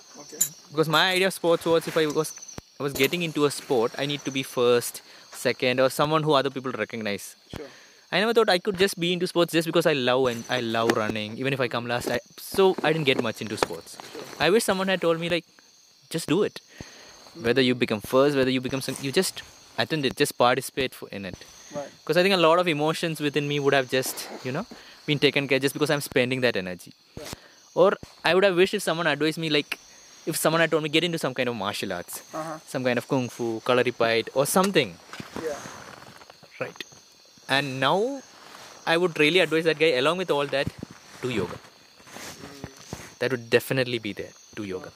Because my idea of sports was if I was I was getting into a sport, I need to be first, second, or someone who other people recognize. Sure. I never thought I could just be into sports just because I love and I love running. Even if I come last, I, so I didn't get much into sports. I wish someone had told me like, just do it. Whether you become first, whether you become some, you just attend it, just participate for, in it. Right. Because I think a lot of emotions within me would have just you know been taken care just because I'm spending that energy. Or I would have wished if someone advised me like, if someone had told me get into some kind of martial arts, some kind of kung fu, kalaripayat, or something. Yeah. Right. And now I would really advise that guy, along with all that, do yoga. That would definitely be there. Do yoga.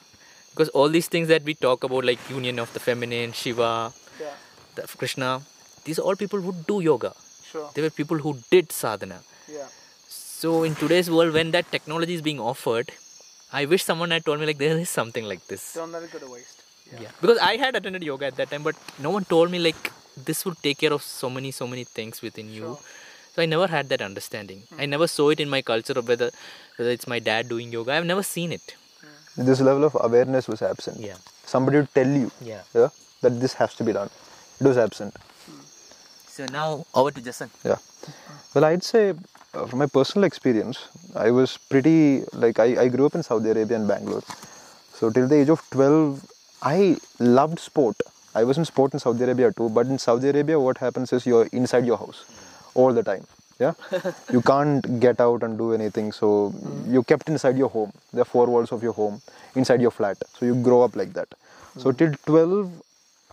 Because all these things that we talk about, like union of the feminine, Shiva, Yeah. the Krishna, these all people would do yoga. Sure. They were people who did sadhana. Yeah. So in today's world, when that technology is being offered, I wish someone had told me like there is something like this. Don't let it go to waste. Yeah. Because I had attended yoga at that time, but no one told me like this would take care of so many, so many things within you. So I never had Hmm. that understanding. I never saw it in my culture of whether whether it's my dad doing yoga. I've never seen it. this level of awareness was absent. Yeah. Somebody would tell you Yeah. that this has to be done. It was absent. So now over to Jason. Yeah. Well, I'd say uh, from my personal experience, I was pretty like I, I grew up in Saudi Arabia and Bangalore. So till the age of 12, I loved sport. I was in sport in Saudi Arabia too, but in Saudi Arabia, what happens is you're inside your house all the time. Yeah, you can't get out and do anything, so you're kept inside your home, the four walls of your home, inside your flat. So you grow up like that. So till 12,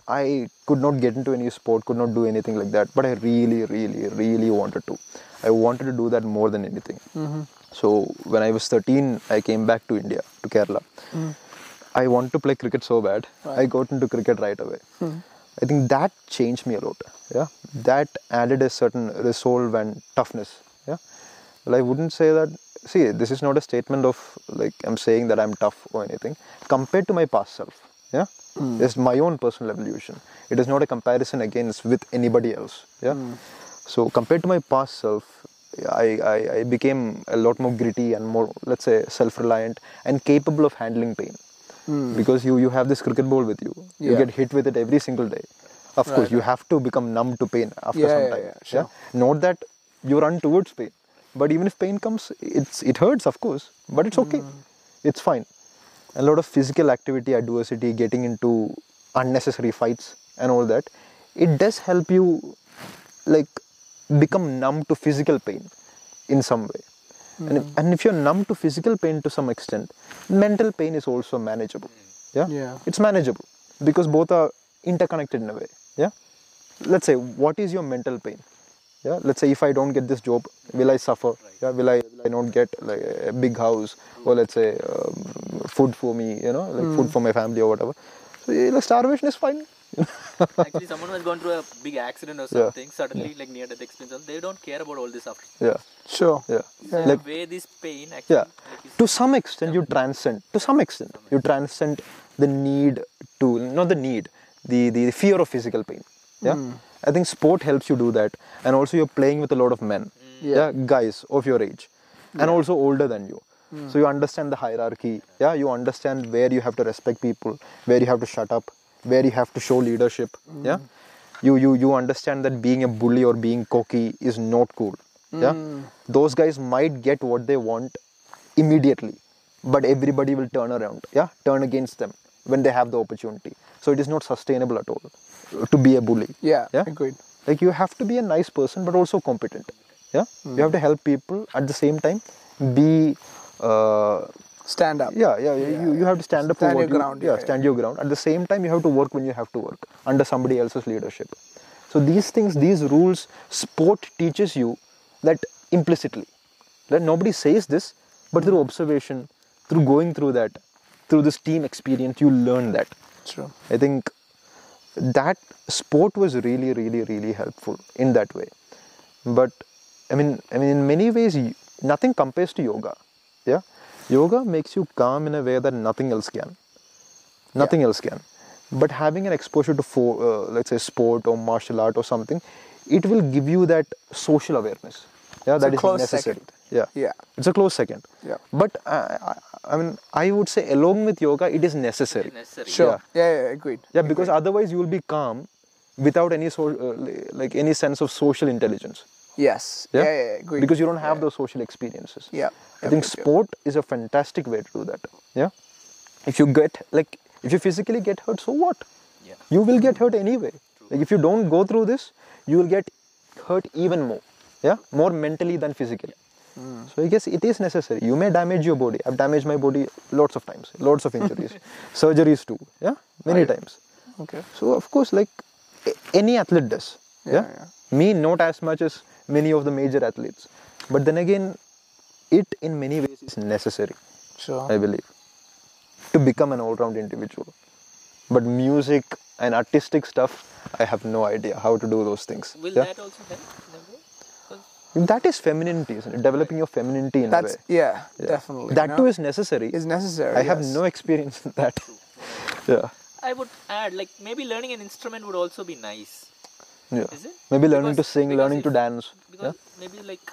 I could not get into any sport, could not do anything like that. But I really, really, really wanted to. I wanted to do that more than anything. So when I was 13, I came back to India, to Kerala. I wanted to play cricket so bad. I got into cricket right away. I think that changed me a lot. Yeah, that added a certain resolve and toughness. Yeah, well, I wouldn't say that. See, this is not a statement of like I'm saying that I'm tough or anything. Compared to my past self, yeah, it's my own personal evolution. It is not a comparison against with anybody else. Yeah, so compared to my past self, I, I I became a lot more gritty and more let's say self-reliant and capable of handling pain because you you have this cricket ball with you. You Hmm. Yeah. get hit with it every single day. Of course, you have to become numb to pain after Yeah, some yeah, time. yeah, sure. Not that you run towards pain, but even if pain comes, it's it hurts, of course, but it's okay. Hmm. It's fine. A lot of physical activity, adversity, getting into unnecessary fights and all that, it does help you like become numb to physical pain in some way. And, if, and if you're numb to physical pain to some extent, mental pain is also manageable. Yeah? Yeah. It's manageable because both are interconnected in a way. Yeah. Let's say, what is your mental pain? Yeah. Let's say if I don't get this job, will I suffer? Yeah. Will I, will I not get like a big house or let's say um, food for me? You know, like food for my family or whatever. So yeah, like starvation is fine. Actually, someone has gone through a big accident or Yeah. something. Suddenly, like near death experience, they don't care about all this after. Yeah. Sure. Yeah. The Like way this pain actually. yeah to some extent you transcend to some extent you transcend the need to not the need the the fear of physical pain yeah i think sport helps you do that and also you're playing with a lot of men yeah, guys of your age and also older than you so you understand the hierarchy yeah you understand where you have to respect people where you have to shut up where you have to show leadership yeah you you you understand that being a bully or being cocky is not cool yeah those guys might get what they want immediately but everybody will turn around yeah turn against them when they have the opportunity so it is not sustainable at all uh, to be a bully Yeah, yeah agreed. like you have to be a nice person but also competent yeah Hmm. you have to help people at the same time be uh, Stand up. yeah, yeah, yeah, You, you have to stand up for Stand what your you, ground, Yeah, yeah, stand your ground. At the same time, you have to work when you have to work under somebody else's leadership. So these things, these rules, sport teaches you that implicitly. That nobody says this, but through observation, through going through that, through this team experience, you learn that. True. I think that sport was really, really, really helpful in that way. But I mean, I mean, in many ways, y- nothing compares to yoga. Yeah, yoga makes you calm in a way that nothing else can. Nothing else can. But having an exposure to, for, uh, let's say, sport or martial art or something, it will give you that social awareness. Yeah, It's a that is close necessary. second. Yeah, Yeah. it's a close second. Yeah. But uh, I, I mean, I would say along with yoga, it is necessary. Necessary. Sure. Yeah, yeah, agreed. Yeah, because otherwise you will be calm without any so, uh, like any sense of social intelligence. Yes. Yeah, Yeah, yeah, yeah, agreed. Because you don't have Yeah. those social experiences. Yeah. I think Agreed, yeah. sport is a fantastic way to do that. Yeah, if you get like if you physically get hurt, so what? Yeah. You will get hurt anyway. Like if you don't go through this, you will get hurt even more. Yeah, more mentally than physically. Hmm. So I guess it is necessary. You may damage your body. I've damaged my body lots of times, lots of <laughs> injuries, surgeries too. Yeah, many times. Okay. So of course, like a- any athlete does. Yeah, Me, not as much as many of the major athletes, but then again, it in many ways is necessary. Sure. I believe to become an all-round individual. But music and artistic stuff, I have no idea how to do those things. Will yeah? that also help? in a way? 'Cause that is femininity, isn't it? Developing your femininity in That's a way. yeah, Yeah. definitely. That no? too is necessary. is necessary. I have yes. no experience in that. <laughs> yeah. I would add, like maybe learning an instrument would also be nice. Yeah. Is it? Maybe learning Because- to sing, because learning if- to dance. Because maybe like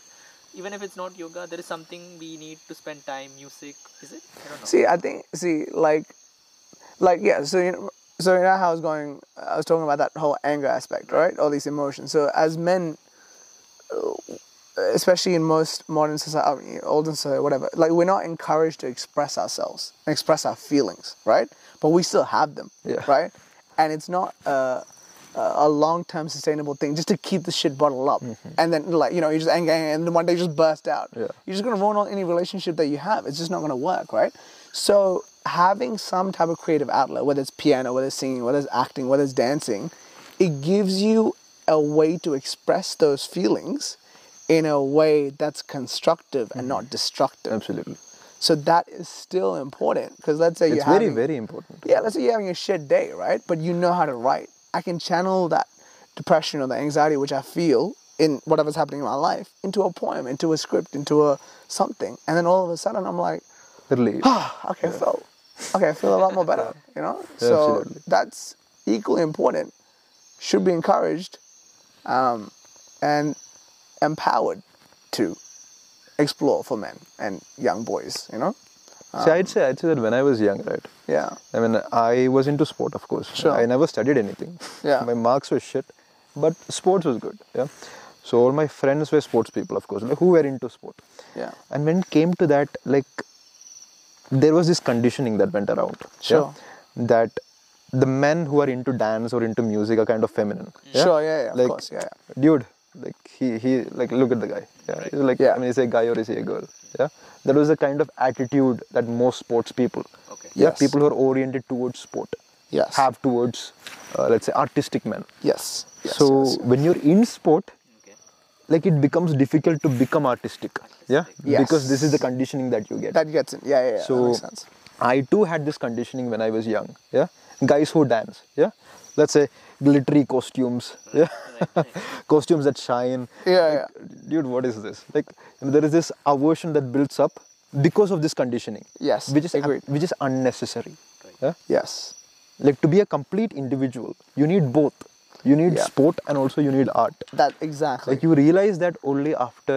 even if it's not yoga, there is something we need to spend time. Music, is it? I don't know. See, I think see like, like yeah. So you know, so you know how I was going. I was talking about that whole anger aspect, right? All these emotions. So as men, uh, especially in most modern society, I mean, olden society, whatever, like we're not encouraged to express ourselves and express our feelings, right? But we still have them, Yeah. right? And it's not a a long term sustainable thing just to keep the shit bottled up, and then like you know you just anger, anger, and then one day you just burst out. Yeah. You're just gonna ruin all, any relationship that you have. It's just not gonna work, right? So having some type of creative outlet, whether it's piano, whether it's singing, whether it's acting, whether it's dancing, it gives you a way to express those feelings in a way that's constructive and not destructive. Absolutely. So that is still important because let's say It's you're very, having- very important. yeah, let's say you're having a shit day, right? But you know how to write. I can channel that depression or the anxiety which I feel in whatever's happening in my life into a poem, into a script, into a something, and then all of a sudden I'm like, Relief. ah, okay, I felt, okay, I feel a lot more <laughs> better, you know. so absolutely. that's equally important. Should be encouraged, um, and empowered to explore for men and young boys, you know. See, I'd say I'd say that when I was young, right? Yeah. I mean, I was into sport, of course. Sure. I never studied anything. Yeah. My marks were shit, but sports was good. Yeah. So all my friends were sports people, of course, like who were into sport. Yeah. And when it came to that, like, there was this conditioning that went around. Sure. Yeah? That the men who are into dance or into music are kind of feminine. Sure, yeah, yeah, of like, course, yeah, Dude, like he he like look at the guy. Yeah. He's like Yeah. I mean, is he a guy or is he a girl? Yeah. That was the kind of attitude that most sports people Okay. yeah, Yes. people who are oriented towards sport Yes. have towards, uh, let's say, artistic men. Yes. yes so yes, yes. when you're in sport, Okay. like it becomes difficult to become artistic. Yeah, Yes. because this is the conditioning that you get. that gets it. Yeah, yeah, yeah. that so makes sense. I too had this conditioning when I was young. Yeah, guys who dance. Yeah, let's say glittery costumes. <laughs> <laughs> Yeah, costumes that shine. Yeah, yeah. Dude, what is this? Like you know, there is this aversion that builds up because of this conditioning. Yes, which is agreed. which is unnecessary. Yeah Yes. like to be a complete individual you need both you need Yeah. sport and also you need art That exactly. like you realize that only after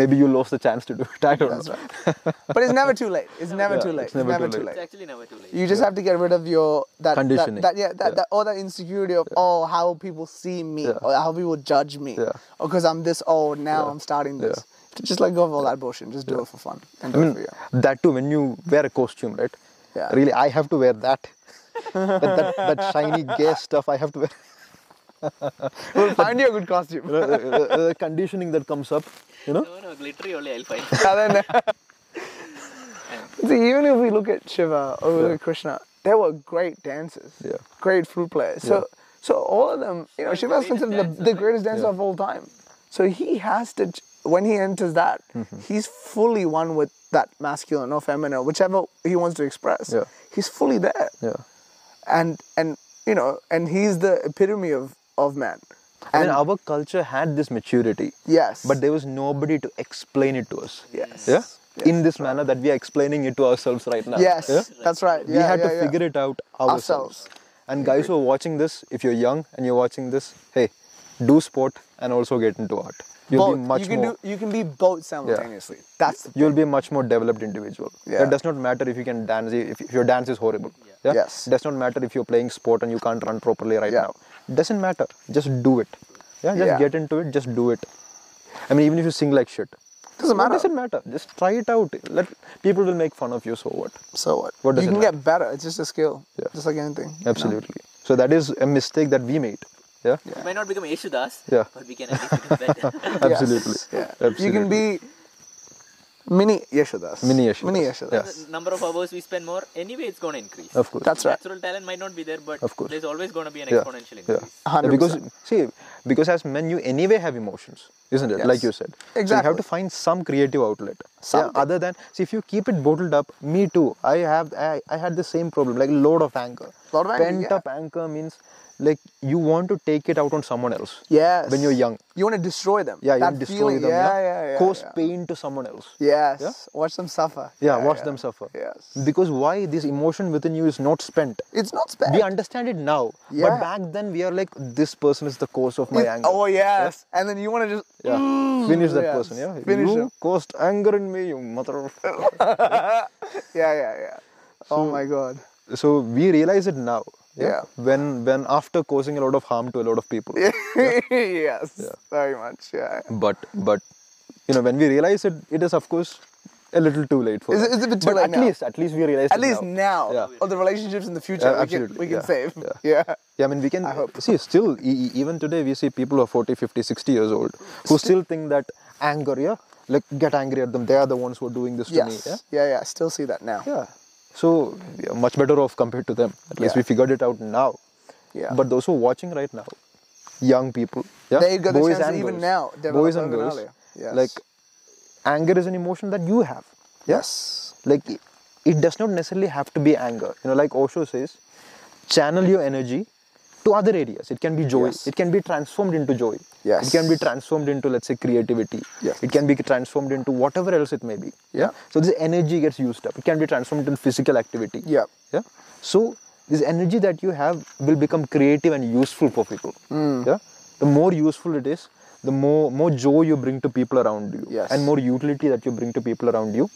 maybe you lost the chance to do it <laughs> i don't That's know right. but it's never too late. It's never Yeah, too late. it's never too It's actually never too late. You just have to get rid of your that that- Conditioning. That, yeah, that, Yeah. that all that insecurity of oh how people see me Yeah. or how people judge me Yeah. or because I'm this old now I'm starting this. Just let go of all that bullshit. Just do it for fun and i do it mean <laughs> for you. that too when you wear a costume right Yeah. really i have to wear <laughs> that that, that, that shiny gay stuff i have <laughs> to wear We'll find you a good You <laughs> costume. know, the, uh, the- the conditioning that comes up you know No, no, glittery only I'll find. <laughs> And <laughs> then, <laughs> see, even if we look at Shiva or we look at Krishna, they were great dancers, Yeah. great flute players. So, so all of them, you know, Shiva is considered the, the greatest dancer of all time. So he has to, ch- when he enters that, Mm-hmm. he's fully one with that masculine or feminine, whichever he wants to express. Yeah. He's fully there yeah and and you know, and he's the epitome of of man. I And mean, our culture had this maturity. Yes. But there was nobody to explain it to us. Yes. Yeah. Yes. In this manner that we are explaining it to ourselves right now. yes, Yeah? that's right. We Yeah, had yeah, to yeah. figure it out ourselves. Ourselves. And guys who are watching this, if you're young and you're watching this, hey, do sport and also get into art. You'll Both. be much you can more. do you can be both simultaneously. That's the You'll be a much more developed individual. Yeah. It does not matter if you can dance, if, if your dance is horrible. Yeah. Yes. It does not matter if you're playing sport and you can't run properly right Yeah. now. doesn't matter. Just do it. Yeah, just Yeah. get into it, just do it. I mean, even if you sing like shit, Doesn't what matter. doesn't matter. Just try it out. Let people will make fun of you, so what? So what? What does you it can matter? get better. It's just a skill. Yeah. Just like anything. you know? Absolutely. So that is a mistake that we made. Yeah. We might not become Yeshu Das, Yeah. but we can at least become better. <laughs> Yes. Absolutely. Yeah. Absolutely. You can be mini Yeshodas. Mini Yeshodas. Mini Yeshodas. Yeah. the <laughs> number of hours we spend more, anyway, it's going to increase. Of course. That's right. Natural talent might not be there, but Of course. there's always going to be an Yeah. exponential increase. Yeah. Yeah, 100%. Because see, because as men, you anyway have emotions, isn't it? Yes. Like you said. So you have Exactly. to find some creative outlet. Something. Yeah, other than see, if you keep it bottled up, me too. I have I, I had the same problem, like load of anger. Lot of anger, Pent yeah. up anger means like you want to take it out on someone else. Yes. When you're young. You want to destroy them. Yeah, That you destroy feeling, them. Yeah, yeah, yeah. Cause yeah. pain to someone else. Yes. Yeah? Watch them suffer. Yeah, watch them suffer. Yes. Because why this emotion within you is not spent. It's not spared. We understand it now, Yeah. but back then we are like, this person is the cause of my It's- anger. Oh yes. And then you want to just Yeah. Finish that yeah. person. Yeah. Finish you them. caused anger in me, you mother of. yeah, yeah, yeah. oh my god. so we realize it now Yeah. when when after causing a lot of harm to a lot of people <laughs> yes. Very much. Yeah. but but you know when we realize it it is of course a little too late for Is it- that. is it a bit too but late at now? least at least we realize At it least now, Yeah. or the relationships in the future, Yeah, we can absolutely. we can Yeah. save. Yeah. <laughs> yeah. yeah i mean we can I hope. see still e- e- even today we see people who are 40 50 60 years old who still think that anger yeah like get angry at them they are the ones who are doing this to me Yes. yeah Yeah, yeah. I still see that now. Yeah. So we are much better off compared to them. At least Yeah. we figured it out now. Yeah. But those who are watching right now, young people, yeah, They got the boys chance and even girls, now, develop boys and even girls, earlier. Yes. like anger is an emotion that you have. Yes. Like it, it does not necessarily have to be anger. You know, like Osho says, channel your energy to other areas. It can be joy. Yes. It can be transformed into joy. Yes. It can be transformed into let's say creativity. Yes. It can be transformed into whatever else it may be. Yeah. So this energy gets used up. It can be transformed into physical activity. Yeah. Yeah. So this energy that you have will become creative and useful for people. Hmm. Yeah. The more useful it is, the more more joy you bring to people around you, Yes. and more utility that you bring to people around you,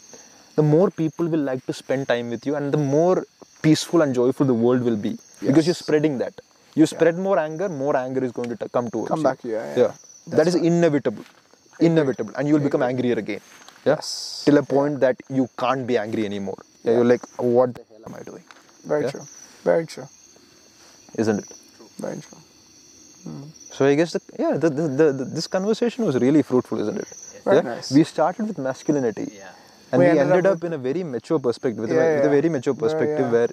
the more people will like to spend time with you, and the more peaceful and joyful the world will be because you're spreading that. You spread more anger, more anger is going to t- come towards Come you. back, yeah, yeah. That is inevitable, inevitable, and you will become angrier again. Yeah? Yes. Till a point that you can't be angry anymore. Yeah, You're like, what the hell am I doing? Very Yeah. true. Very true. isn't it? Very true. So I guess the, yeah, the, the, the, the- this conversation was really fruitful, isn't it? Very yeah? nice. We started with masculinity, Yeah. and We we, ended ended up up, in a very mature perspective, with, a, Yeah, with a yeah. very mature Very, perspective yeah. where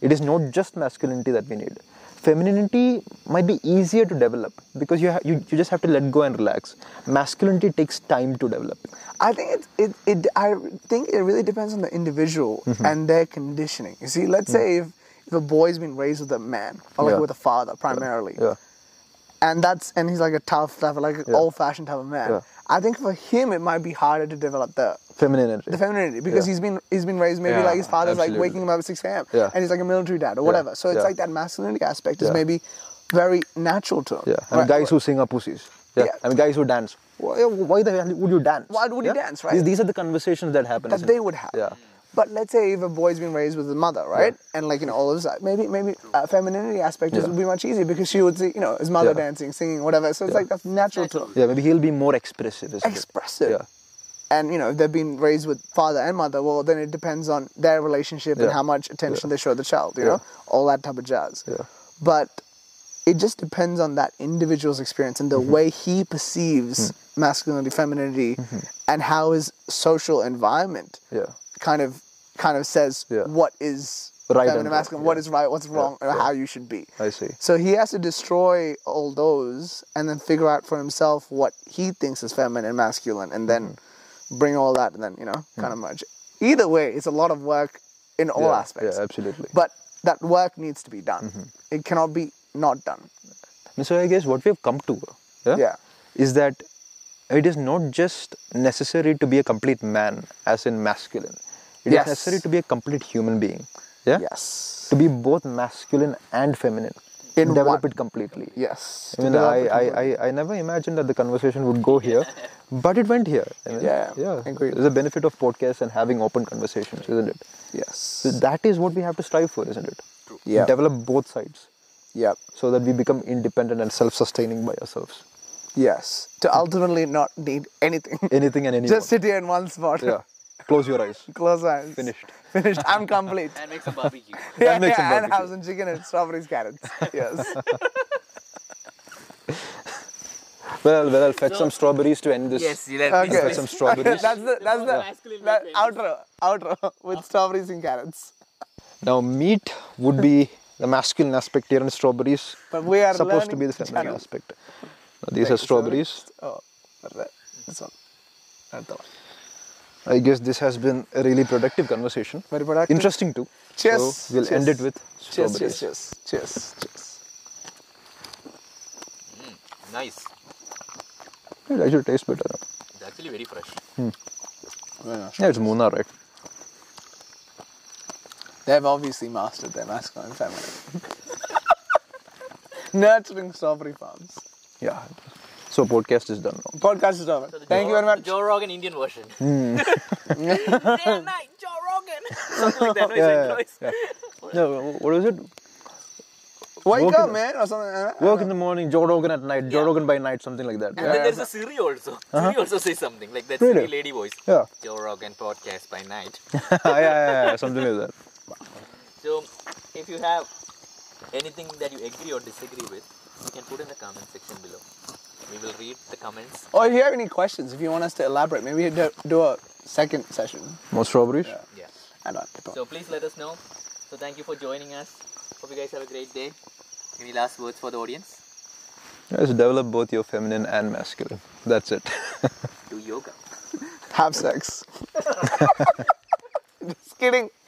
it is not just masculinity that we need. Femininity might be easier to develop because you, ha- you you just have to let go and relax. Masculinity takes time to develop. I think it's it, it I think it really depends on the individual Mm-hmm. and their conditioning. You see, let's say if, if a boy's been raised with a man or like Mm. Yeah. with a father primarily, Yeah, and that's and he's like a tough, tough like an Yeah. old-fashioned type of man. Yeah. I think for him it might be harder to develop the femininity. the femininity because Yeah. he's been he's been raised maybe Yeah, like his father's like absolutely. waking him up at six a.m. Yeah. and he's like a military dad or whatever. So it's Yeah. like that masculinity aspect is Yeah. maybe very natural to him. yeah, I mean Right. guys who sing are pussies. Yeah, Yeah. I mean guys who dance. Why, why the hell would you dance? Why would you dance, right? These, these are the conversations that happen. that isn't they it? would have. Yeah. But let's say if a boy's been raised with a mother, right, and like you know all of that, maybe maybe uh, femininity aspect Yeah. would be much easier because she would see you know his mother Yeah. dancing, singing, whatever. So it's like that's natural to him. Yeah, maybe he'll be more expressive. Isn't it? expressive. Yeah. And you know if they've been raised with father and mother, well then it depends on their relationship and Yeah. how much attention they show the child, you Yeah. know, all that type of jazz. Yeah. But it just depends on that individual's experience and the Mm-hmm. way he perceives Hmm. masculinity, femininity, Mm-hmm. and how his social environment Yeah. kind of kind of says Yeah. what is Right feminine, and wrong, masculine, what yeah. is right, what's wrong, or how you should be. I see. So he has to destroy all those and then figure out for himself what he thinks is feminine and masculine, and then Mm-hmm. bring all that and then you know kind of merge. Either way, it's a lot of work in all Mm. Yeah, aspects. yeah, absolutely. Mm-hmm. But that work needs to be done. It cannot be not done. And so I guess what we've come to, yeah, Yeah. is that it is not just necessary to be a complete man, as in masculine. It is Yes. necessary to be a complete human being. Yeah. Yes. To be both masculine and feminine. In develop one. it completely. Yes. I mean, I, I, I, I never imagined that the conversation would go here, but it went here. I mean, Yeah, yeah. agreed. There's a benefit of podcasts and having open conversations, isn't it? yes. So that is what we have to strive for, isn't it? Yeah. Develop both sides Yep. so that we become independent and self-sustaining by ourselves. Yes. To ultimately not need anything. Anything and <laughs> anyone. Just sit here in one spot. yeah. Close your eyes. <laughs> Close eyes. Finished. Finished. I'm <laughs> complete. And make some barbecue. <laughs> yeah, make some yeah, and barbecue. have some chicken and <laughs> strawberries, carrots. Yes. Well, well, I'll fetch some strawberries to end this. yes, let Okay. me Fetch some <laughs> strawberries. that's the that's the, Masculine the weapons. outro outro with strawberries and carrots. now, meat would be the masculine aspect here, and strawberries But we are supposed to be the learning feminine channel. aspect. Now, these are strawberries. Oh, but that- this one. Not that one. I guess this has been a really productive conversation. Very productive. Interesting too. Cheers. So we'll Cheers. end it with Cheers, cheers, strawberries. cheers, cheers, cheers. Nice. It actually tastes better. now. It's actually very fresh. Yeah, it's Muna, right? They've obviously mastered their masculine feminine. <laughs> Nurturing strawberry farms. Yeah. So podcast is done now. Podcast is over. Thank you very much. Joe Rogan Indian version. Hmm. <laughs> <laughs> Yeah, yeah, yeah. yeah. What is it? Wake Work in up, the- man, or something. Like that. Work in the morning, Joe Rogan at night, Joe Rogan by night, something like that. And Yeah. Uh-huh. then there's a Siri also. Siri also says something like that Really? Siri lady voice. Yeah. Joe Rogan podcast by night. <laughs> yeah, yeah, yeah, something like that. So, if you have anything that you agree or disagree with, you can put in the comment section below. We will read the comments. Or if you have any questions, if you want us to elaborate, maybe we do, do a second session. More strawberries? Yeah. I don't know. So please let us know. So thank you for joining us. Hope you guys have a great day. Any last words for the audience? Just develop both your feminine and masculine. That's it. <laughs> Do yoga. Have sex. <laughs> Just kidding.